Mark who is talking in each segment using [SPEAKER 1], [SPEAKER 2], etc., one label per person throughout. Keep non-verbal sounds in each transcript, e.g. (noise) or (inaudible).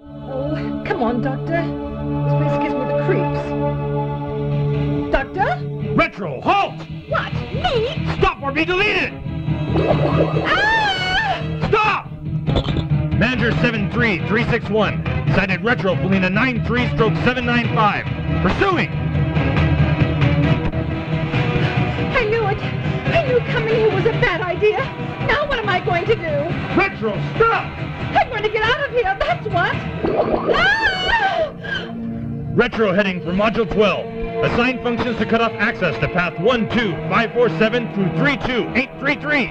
[SPEAKER 1] Oh, come on, Doctor. This place gives me the creeps. Doctor?
[SPEAKER 2] Retro, halt!
[SPEAKER 1] What? Me?
[SPEAKER 2] Stop or be deleted!
[SPEAKER 1] Ah!
[SPEAKER 2] Stop! Manager 73361, cited retro Polina 93 stroke 795. Pursuing!
[SPEAKER 1] I knew it. I knew coming here was a bad idea. Now what am I going to do?
[SPEAKER 2] Retro, stop!
[SPEAKER 1] I'm going to get out of here, that's what. Ah!
[SPEAKER 2] Retro heading for Module 12. Assign functions to cut off access to path 12547 through 32833.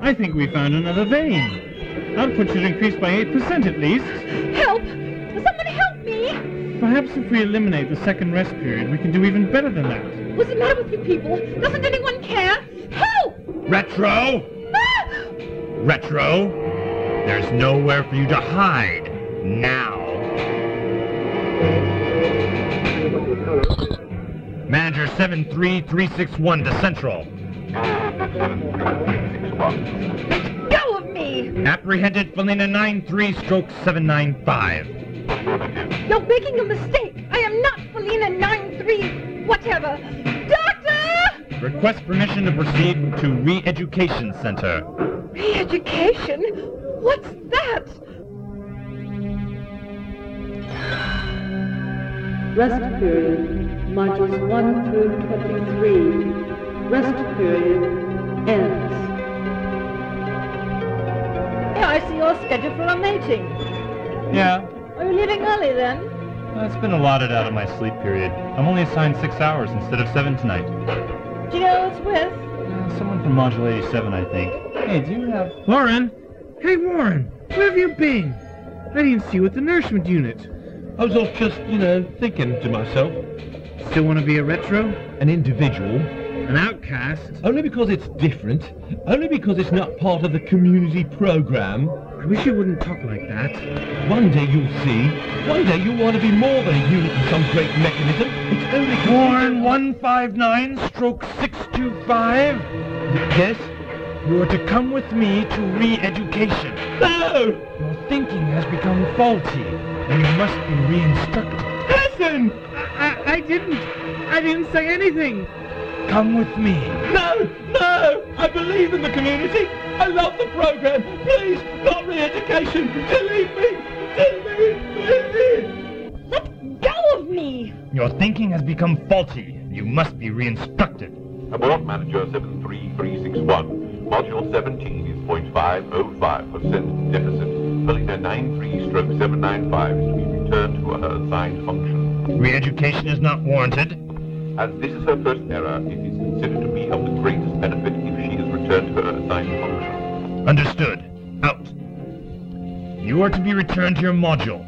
[SPEAKER 2] I think we found another vein. Output should increase by 8% at least.
[SPEAKER 1] Help! Someone help me!
[SPEAKER 2] Perhaps if we eliminate the second rest period, we can do even better than that.
[SPEAKER 1] What's the matter with you people? Doesn't anyone care? Help!
[SPEAKER 2] Retro!
[SPEAKER 1] Ah!
[SPEAKER 2] Retro! There's nowhere for you to hide. Now. Manager 73361 to Central.
[SPEAKER 1] Let go of me!
[SPEAKER 2] Apprehended Felina 93 stroke 795.
[SPEAKER 1] You're making a mistake. I am not Felina 93 whatever. Doctor!
[SPEAKER 2] Request permission to proceed to Re-Education Center.
[SPEAKER 1] Re-education? What's that?
[SPEAKER 3] Rest period, modules 1 through 23. Rest period ends.
[SPEAKER 1] Yeah, I see you're scheduled for a meeting.
[SPEAKER 2] Yeah,
[SPEAKER 1] Are you leaving early then?
[SPEAKER 2] that's been allotted out of my sleep period. I'm only assigned six hours instead of seven tonight.
[SPEAKER 1] Do you know who it's with?
[SPEAKER 2] Someone from Module 87, I think. Hey, do you have... Warren!
[SPEAKER 4] Hey, Warren, where have you been? I didn't see you at the nourishment unit.
[SPEAKER 5] I was off just, you know, thinking to myself.
[SPEAKER 4] Still want to be a retro?
[SPEAKER 5] An individual.
[SPEAKER 4] An outcast?
[SPEAKER 5] Only because it's different. Only because it's not part of the community program.
[SPEAKER 4] I wish you wouldn't talk like that.
[SPEAKER 5] One day you'll see. One day you'll want to be more than a unit in some great mechanism. It's only...
[SPEAKER 2] Warren 159, stroke 625.
[SPEAKER 5] Yes?
[SPEAKER 2] You are to come with me to re-education.
[SPEAKER 5] No!
[SPEAKER 2] Your thinking has become faulty, and you must be re-instructed.
[SPEAKER 5] Listen!
[SPEAKER 4] I, I, I didn't. I didn't say anything.
[SPEAKER 2] Come with me.
[SPEAKER 5] No! No! I believe in the community. I love the program. Please, not re-education. Delete me! Delete me!
[SPEAKER 1] Let go of me!
[SPEAKER 2] Your thinking has become faulty. You must be re-instructed.
[SPEAKER 6] Abort manager 73361. Module 17 is 0.505% deficit. Felina 93 stroke 795 is to be returned to her assigned function.
[SPEAKER 2] Re-education is not warranted.
[SPEAKER 6] As this is her first error, it is considered to be of the greatest benefit if she is returned to her assigned function.
[SPEAKER 2] Understood. Out. You are to be returned to your module.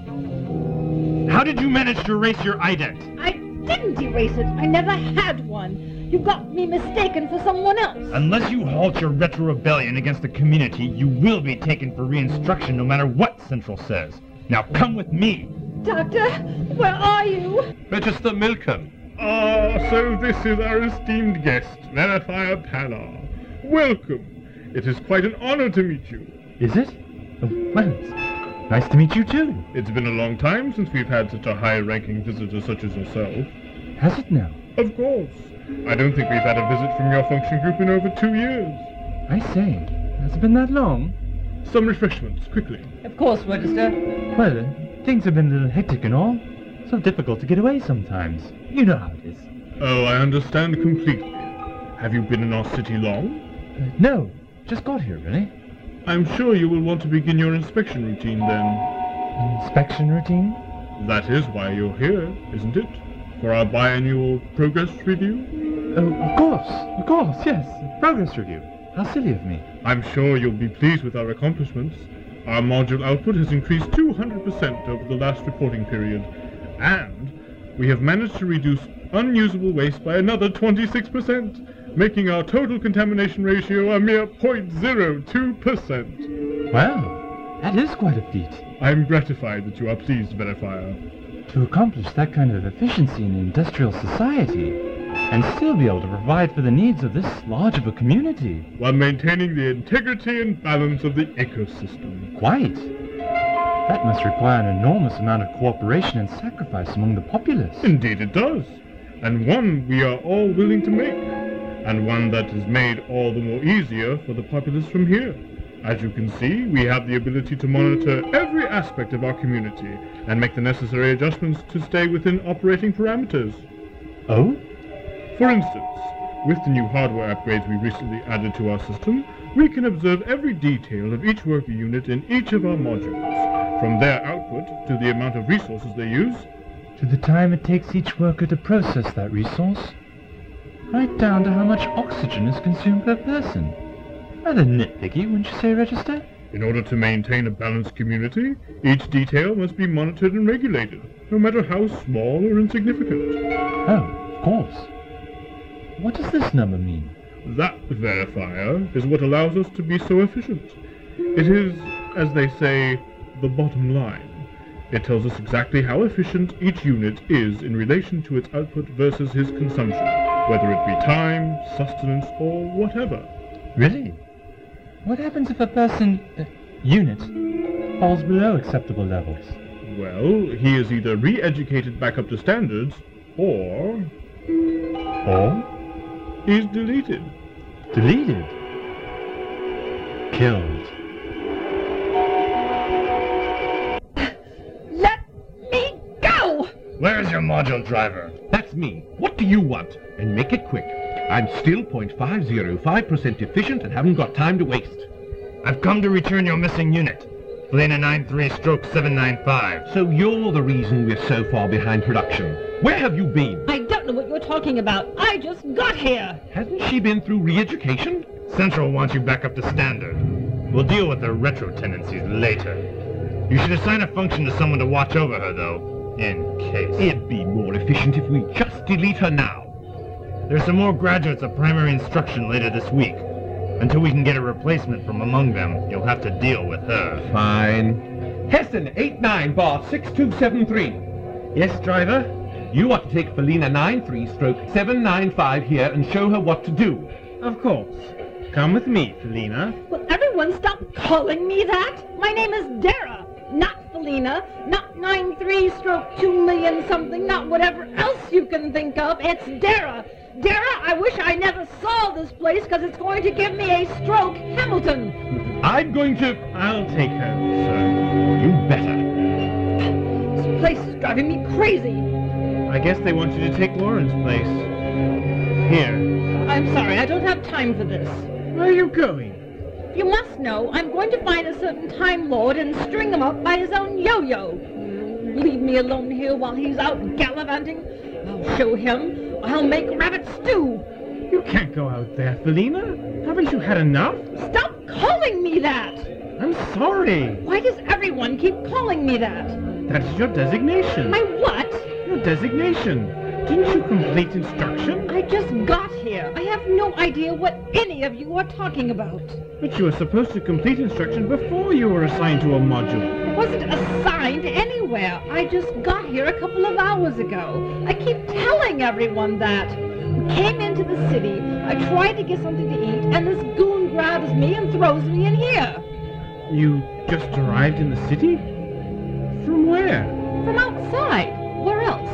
[SPEAKER 2] How did you manage to erase your E ident?
[SPEAKER 1] I didn't erase it. I never had one. You got me mistaken for someone else.
[SPEAKER 2] Unless you halt your retro rebellion against the community, you will be taken for reinstruction no matter what Central says. Now come with me.
[SPEAKER 1] Doctor, where are you?
[SPEAKER 5] Register Milken.
[SPEAKER 7] Ah, so this is our esteemed guest, Manathiah Panar. Welcome. It is quite an honor to meet you.
[SPEAKER 2] Is it? Oh, well, it's nice to meet you too.
[SPEAKER 7] It's been a long time since we've had such a high-ranking visitor such as yourself.
[SPEAKER 2] Has it now?
[SPEAKER 7] Of course. I don't think we've had a visit from your function group in over two years.
[SPEAKER 2] I say, has it been that long?
[SPEAKER 7] Some refreshments, quickly.
[SPEAKER 1] Of course, Register.
[SPEAKER 2] Well, uh, things have been a little hectic and all. So difficult to get away sometimes. You know how it is.
[SPEAKER 7] Oh, I understand completely. Have you been in our city long?
[SPEAKER 2] Uh, no, just got here, really.
[SPEAKER 7] I'm sure you will want to begin your inspection routine then.
[SPEAKER 2] Inspection routine?
[SPEAKER 7] That is why you're here, isn't it? For our biannual progress review?
[SPEAKER 2] Oh, of course, of course, yes. Progress review.
[SPEAKER 5] How silly of me.
[SPEAKER 2] I'm sure you'll be pleased with our accomplishments. Our module output has increased 200% over the last reporting period, and we have managed to reduce unusable waste by another 26%, making our total contamination ratio a mere 0.02%.
[SPEAKER 5] Well, that is quite a feat.
[SPEAKER 2] I'm gratified that you are pleased, Verifier.
[SPEAKER 5] To accomplish that kind of efficiency in an industrial society, and still be able to provide for the needs of this large of a community.
[SPEAKER 2] While maintaining the integrity and balance of the ecosystem.
[SPEAKER 5] Quite. That must require an enormous amount of cooperation and sacrifice among the populace.
[SPEAKER 2] Indeed it does, and one we are all willing to make, and one that is made all the more easier for the populace from here. As you can see, we have the ability to monitor every aspect of our community and make the necessary adjustments to stay within operating parameters.
[SPEAKER 5] Oh?
[SPEAKER 2] For instance, with the new hardware upgrades we recently added to our system, we can observe every detail of each worker unit in each of our modules, from their output to the amount of resources they use.
[SPEAKER 5] To the time it takes each worker to process that resource, right down to how much oxygen is consumed per person. Rather nitpicky, wouldn't you say, Register?
[SPEAKER 2] In order to maintain a balanced community, each detail must be monitored and regulated, no matter how small or insignificant.
[SPEAKER 5] Oh, of course. What does this number mean?
[SPEAKER 2] That verifier is what allows us to be so efficient. It is, as they say, the bottom line. It tells us exactly how efficient each unit is in relation to its output versus his consumption, whether it be time, sustenance, or whatever.
[SPEAKER 5] Really? What happens if a person, uh, unit, falls below acceptable levels?
[SPEAKER 2] Well, he is either re-educated back up to standards, or
[SPEAKER 5] Or
[SPEAKER 2] is deleted.
[SPEAKER 5] deleted? Killed.
[SPEAKER 1] Let me go!
[SPEAKER 5] Where's your module driver?
[SPEAKER 8] That's me. What do you want? And make it quick. I'm still 0.505% efficient and haven't got time to waste.
[SPEAKER 5] I've come to return your missing unit. Lena 93 stroke 795.
[SPEAKER 8] So you're the reason we're so far behind production. Where have you been?
[SPEAKER 1] I don't know what you're talking about. I just got here.
[SPEAKER 8] Hasn't she been through re-education?
[SPEAKER 5] Central wants you back up to standard. We'll deal with their retro tendencies later. You should assign a function to someone to watch over her, though, in case.
[SPEAKER 8] It'd be more efficient if we just delete her now.
[SPEAKER 5] There's some more graduates of primary instruction later this week. Until we can get a replacement from among them, you'll have to deal with her.
[SPEAKER 8] Fine. Hessen, 8-9, bar 6273. Yes, driver? You ought to take Felina 9-3, stroke 795 here and show her what to do.
[SPEAKER 4] Of course. Come with me, Felina.
[SPEAKER 1] Will everyone stop calling me that? My name is Dara, not Felina, not 93 stroke 2 million something, not whatever else you can think of. It's Dara. Dara, I wish I never saw this place because it's going to give me a stroke, Hamilton.
[SPEAKER 8] I'm going to...
[SPEAKER 4] I'll take her.
[SPEAKER 8] You better.
[SPEAKER 1] This place is driving me crazy.
[SPEAKER 4] I guess they want you to take Lauren's place. Here.
[SPEAKER 1] I'm sorry, I don't have time for this.
[SPEAKER 4] Where are you going?
[SPEAKER 1] You must know, I'm going to find a certain Time Lord and string him up by his own yo-yo. Leave me alone here while he's out gallivanting. I'll show him. I'll make rabbit stew.
[SPEAKER 4] You can't go out there, Felina. Haven't you had enough?
[SPEAKER 1] Stop calling me that!
[SPEAKER 4] I'm sorry.
[SPEAKER 1] Why does everyone keep calling me that?
[SPEAKER 4] That's your designation.
[SPEAKER 1] My what?
[SPEAKER 4] Your designation. Didn't you complete instruction?
[SPEAKER 1] I just got here. I have no idea what any of you are talking about.
[SPEAKER 4] But you were supposed to complete instruction before you were assigned to a module.
[SPEAKER 1] I wasn't assigned anywhere. I just got here a couple of hours ago. I keep telling everyone that. We came into the city. I tried to get something to eat, and this goon grabs me and throws me in here.
[SPEAKER 4] You just arrived in the city? From where?
[SPEAKER 1] From outside. Where else?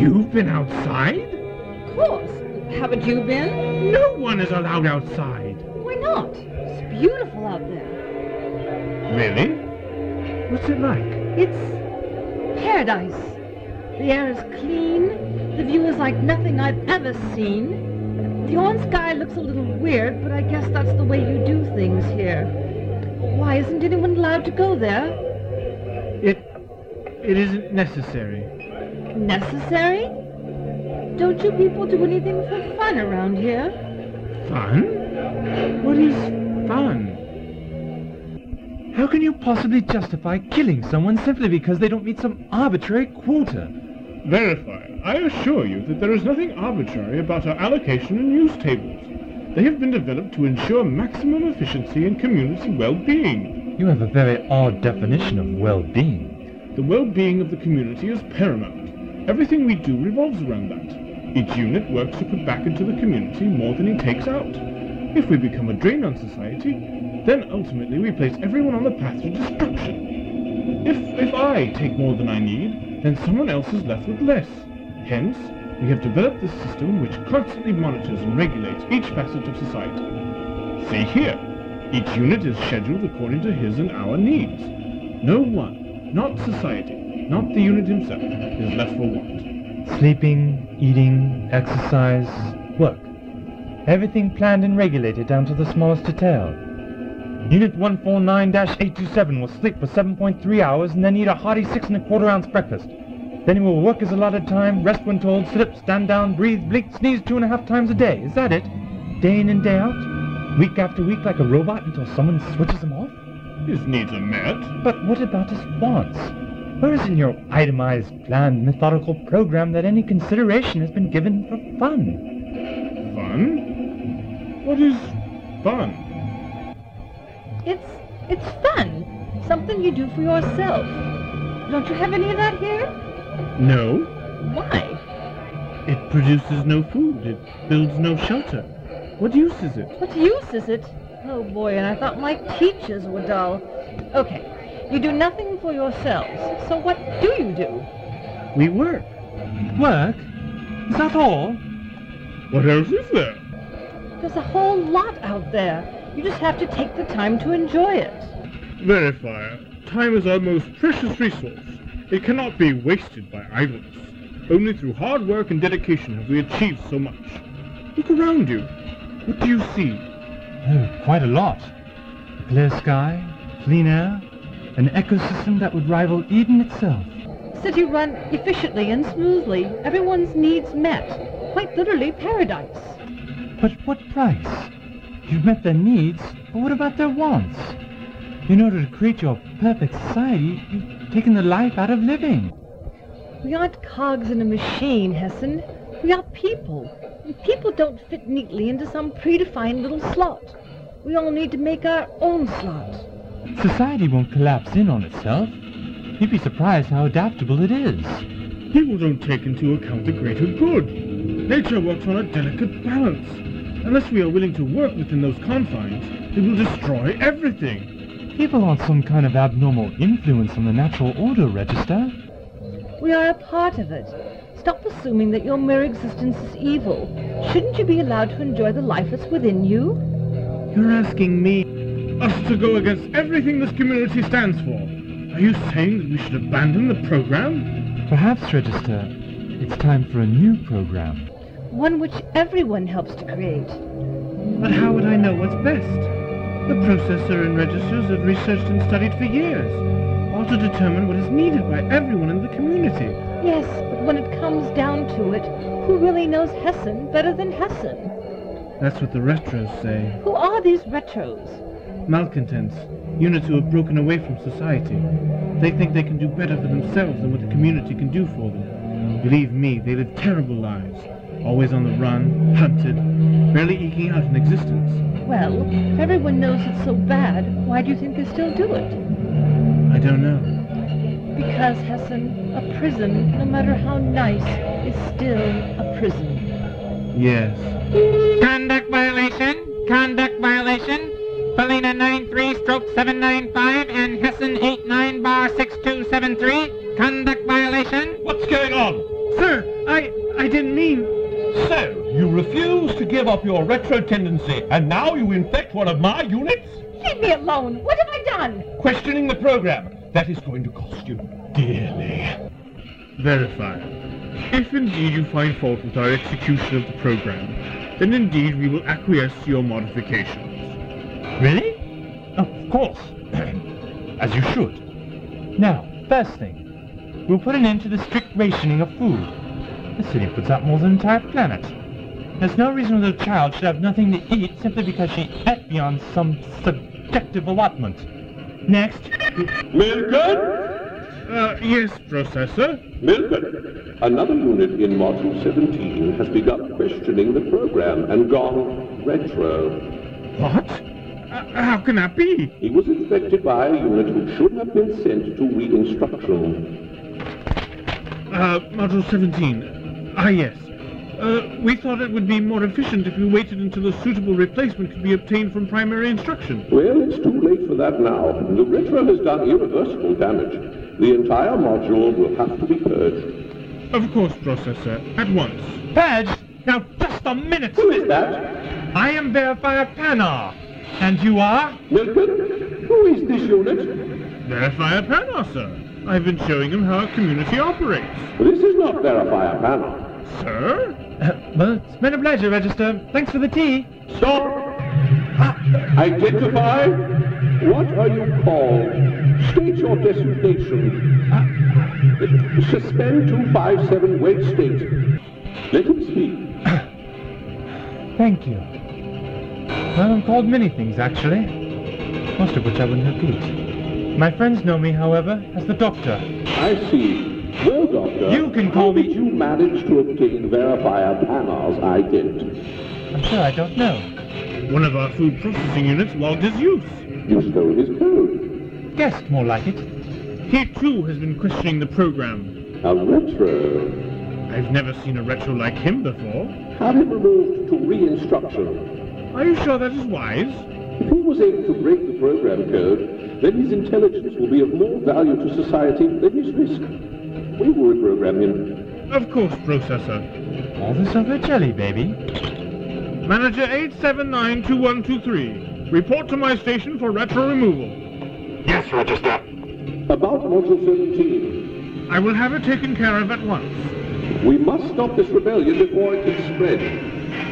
[SPEAKER 4] You've been outside?
[SPEAKER 1] Of course. Haven't you been?
[SPEAKER 4] No one is allowed outside.
[SPEAKER 1] Why not? It's beautiful out there.
[SPEAKER 2] Really?
[SPEAKER 4] What's it like?
[SPEAKER 1] It's paradise. The air is clean. The view is like nothing I've ever seen. The orange sky looks a little weird, but I guess that's the way you do things here. Why isn't anyone allowed to go there?
[SPEAKER 4] It it isn't necessary.
[SPEAKER 1] Necessary? Don't you people do anything for fun around here?
[SPEAKER 4] Fun? What is fun?
[SPEAKER 5] How can you possibly justify killing someone simply because they don't meet some arbitrary quota?
[SPEAKER 2] Verifier, I assure you that there is nothing arbitrary about our allocation and use tables. They have been developed to ensure maximum efficiency and community well-being.
[SPEAKER 5] You have a very odd definition of well-being.
[SPEAKER 2] The well-being of the community is paramount. Everything we do revolves around that. Each unit works to put back into the community more than he takes out. If we become a drain on society, then ultimately we place everyone on the path to destruction. If, if I take more than I need, then someone else is left with less. Hence, we have developed this system which constantly monitors and regulates each facet of society. See here, each unit is scheduled according to his and our needs. No one, not society, not the unit himself, is left for want.
[SPEAKER 5] Sleeping, eating, exercise, work. Everything planned and regulated down to the smallest detail. Unit 149-827 will sleep for 7.3 hours and then eat a hearty six and a quarter ounce breakfast. Then he will work his allotted time, rest when told, sit up, stand down, breathe, blink, sneeze two and a half times a day. Is that it? Day in and day out? Week after week like a robot until someone switches him off?
[SPEAKER 2] His needs are met.
[SPEAKER 5] But what about his wants? Where is in your itemized, planned, methodical program that any consideration has been given for fun?
[SPEAKER 2] Fun? What is fun?
[SPEAKER 1] It's it's fun. Something you do for yourself. Don't you have any of that here?
[SPEAKER 2] No,
[SPEAKER 1] Why?
[SPEAKER 2] it produces no food. It builds no shelter. What use is it?
[SPEAKER 1] What use is it? Oh boy, and I thought my teachers were dull. Okay. You do nothing for yourselves. So what do you do?
[SPEAKER 4] We work.
[SPEAKER 5] Work? Is that all?
[SPEAKER 2] What else is there?
[SPEAKER 1] There's a whole lot out there. You just have to take the time to enjoy it.
[SPEAKER 2] Verifier, time is our most precious resource. It cannot be wasted by idleness. Only through hard work and dedication have we achieved so much. Look around you. What do you see?
[SPEAKER 5] Oh, quite a lot. A clear sky, clean air, an ecosystem that would rival Eden itself.
[SPEAKER 1] City run efficiently and smoothly. Everyone's needs met. Quite literally paradise.
[SPEAKER 5] But what price? You've met their needs, but what about their wants? In order to create your perfect society, you've taken the life out of living.
[SPEAKER 1] We aren't cogs in a machine, Hessen. We are people. And people don't fit neatly into some predefined little slot. We all need to make our own slot.
[SPEAKER 5] Society won't collapse in on itself. You'd be surprised how adaptable it is.
[SPEAKER 2] People don't take into account the greater good. Nature works on a delicate balance. Unless we are willing to work within those confines, it will destroy everything.
[SPEAKER 5] People aren't some kind of abnormal influence on the natural order register.
[SPEAKER 1] We are a part of it. Stop assuming that your mere existence is evil. Shouldn't you be allowed to enjoy the life that's within you?
[SPEAKER 4] You're asking me.
[SPEAKER 2] Us to go against everything this community stands for. Are you saying that we should abandon the program?
[SPEAKER 5] Perhaps, Register, it's time for a new program.
[SPEAKER 1] One which everyone helps to create.
[SPEAKER 4] But how would I know what's best? The processor and registers have researched and studied for years, all to determine what is needed by everyone in the community.
[SPEAKER 1] Yes, but when it comes down to it, who really knows Hessen better than Hessen?
[SPEAKER 4] That's what the retros say.
[SPEAKER 1] Who are these retros?
[SPEAKER 4] Malcontents, units who have broken away from society. They think they can do better for themselves than what the community can do for them. Believe me, they live terrible lives, always on the run, hunted, barely eking out an existence.
[SPEAKER 1] Well, if everyone knows it's so bad, why do you think they still do it?
[SPEAKER 4] I don't know.
[SPEAKER 1] Because, Hessen, a prison, no matter how nice, is still a prison.
[SPEAKER 4] Yes.
[SPEAKER 9] Conduct violation, conduct violation. Felina 93 stroke 795 and Hessen 89 bar 6273. Conduct violation.
[SPEAKER 8] What's going on?
[SPEAKER 4] Sir, I I didn't mean.
[SPEAKER 8] So, you refuse to give up your retro tendency, and now you infect one of my units?
[SPEAKER 1] Leave me alone! What have I done?
[SPEAKER 8] Questioning the program. That is going to cost you dearly.
[SPEAKER 2] Verifier. If indeed you find fault with our execution of the program, then indeed we will acquiesce to your modifications.
[SPEAKER 5] Really? Of course. (clears throat) As you should. Now, first thing, we'll put an end to the strict rationing of food. The city puts out more than the entire planet. There's no reason that a child should have nothing to eat simply because she ate beyond some subjective allotment. Next.
[SPEAKER 6] Milken!
[SPEAKER 10] Uh, yes, Processor.
[SPEAKER 6] Milken! Another unit in Module 17 has begun questioning the program and gone retro.
[SPEAKER 10] What? Uh, how can that be?
[SPEAKER 6] He was infected by a unit who should have been sent to reinstruction.
[SPEAKER 2] Uh, Module 17. Ah, yes. Uh, we thought it would be more efficient if we waited until a suitable replacement could be obtained from primary instruction.
[SPEAKER 6] Well, it's too late for that now. The retro has done irreversible damage. The entire module will have to be purged.
[SPEAKER 2] Of course, Processor. At once.
[SPEAKER 5] Badge! Now just a minute!
[SPEAKER 6] Who is that?
[SPEAKER 5] I am Verifier Panar. And you are?
[SPEAKER 6] Milken? Who is this unit?
[SPEAKER 2] Verifier Panar, sir. I've been showing him how a community operates.
[SPEAKER 6] This is not Verifier Panel.
[SPEAKER 2] Sir?
[SPEAKER 5] Uh, well, it's been a pleasure, Register. Thanks for the tea.
[SPEAKER 6] Stop! Identify! What are you called? State your designation. Suspend 257, wait state. Let him speak.
[SPEAKER 5] Thank you. Well, I'm called many things, actually. Most of which I wouldn't repeat. My friends know me, however, as the Doctor.
[SPEAKER 6] I see. Well, Doctor,
[SPEAKER 5] You can call
[SPEAKER 6] how
[SPEAKER 5] me-
[SPEAKER 6] did you manage to obtain Verifier Panar's identity?
[SPEAKER 5] I'm sure I don't know.
[SPEAKER 2] One of our food processing units logged his use.
[SPEAKER 6] You stole his code.
[SPEAKER 5] Guessed more like it.
[SPEAKER 2] He, too, has been questioning the program.
[SPEAKER 6] A retro.
[SPEAKER 2] I've never seen a retro like him before.
[SPEAKER 6] Have him removed to reinstruction.
[SPEAKER 2] Are you sure that is wise?
[SPEAKER 6] If he was able to break the program code, then his intelligence will be of more value to society than his risk. We will reprogram him.
[SPEAKER 2] Of course, Processor.
[SPEAKER 5] All this over jelly, baby.
[SPEAKER 2] Manager 8792123. Report to my station for retro removal.
[SPEAKER 11] Yes, Register.
[SPEAKER 6] About Module 17,
[SPEAKER 2] I will have it taken care of at once.
[SPEAKER 6] we must stop this rebellion before it can spread.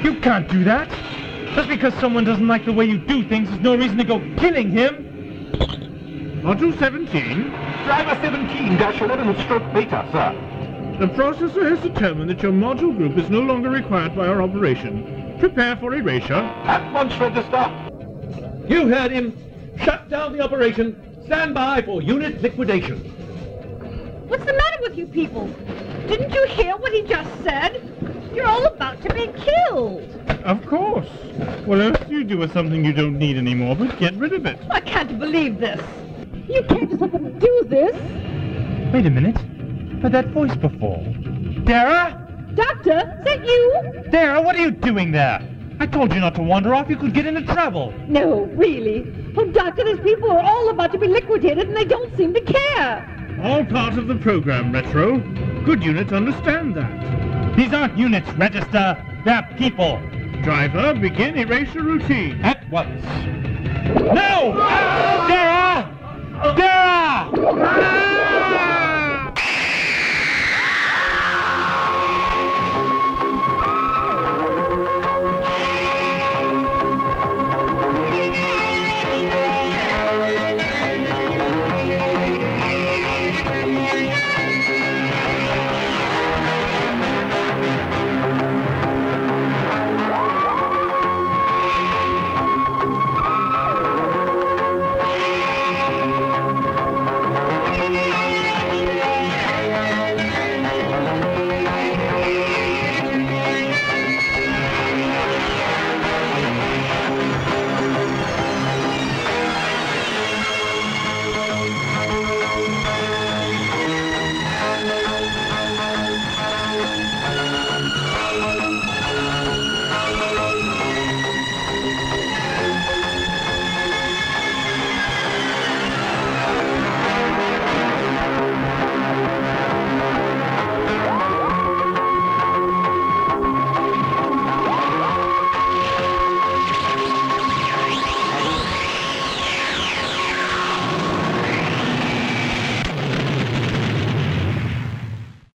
[SPEAKER 5] You can't do that. Just because someone doesn't like the way you do things is no reason to go killing him.
[SPEAKER 2] Module 17.
[SPEAKER 11] Driver 17 11 stroke beta, sir.
[SPEAKER 2] The processor has determined that your module group is no longer required by our operation. Prepare for erasure.
[SPEAKER 11] At once, Register.
[SPEAKER 12] You heard him. Shut down the operation. Stand by for unit liquidation.
[SPEAKER 1] What's the matter with you people? Didn't you hear what he just said? You're all about to be killed.
[SPEAKER 2] Of course. What else do you do with something you don't need anymore but get rid of it?
[SPEAKER 1] I can't believe this. You can't just up and do this.
[SPEAKER 5] Wait a minute. Heard that voice before. Dara?
[SPEAKER 1] Doctor, is that you?
[SPEAKER 5] Dara, what are you doing there? I told you not to wander off. You could get into trouble.
[SPEAKER 1] No, really. Oh, Doctor, these people are all about to be liquidated and they don't seem to care.
[SPEAKER 2] All part of the program, Retro. Good units understand that.
[SPEAKER 5] These aren't units, Register. They're people.
[SPEAKER 2] Driver, begin erasure routine.
[SPEAKER 5] At once. No! Dara! Dara!
[SPEAKER 2] Ah!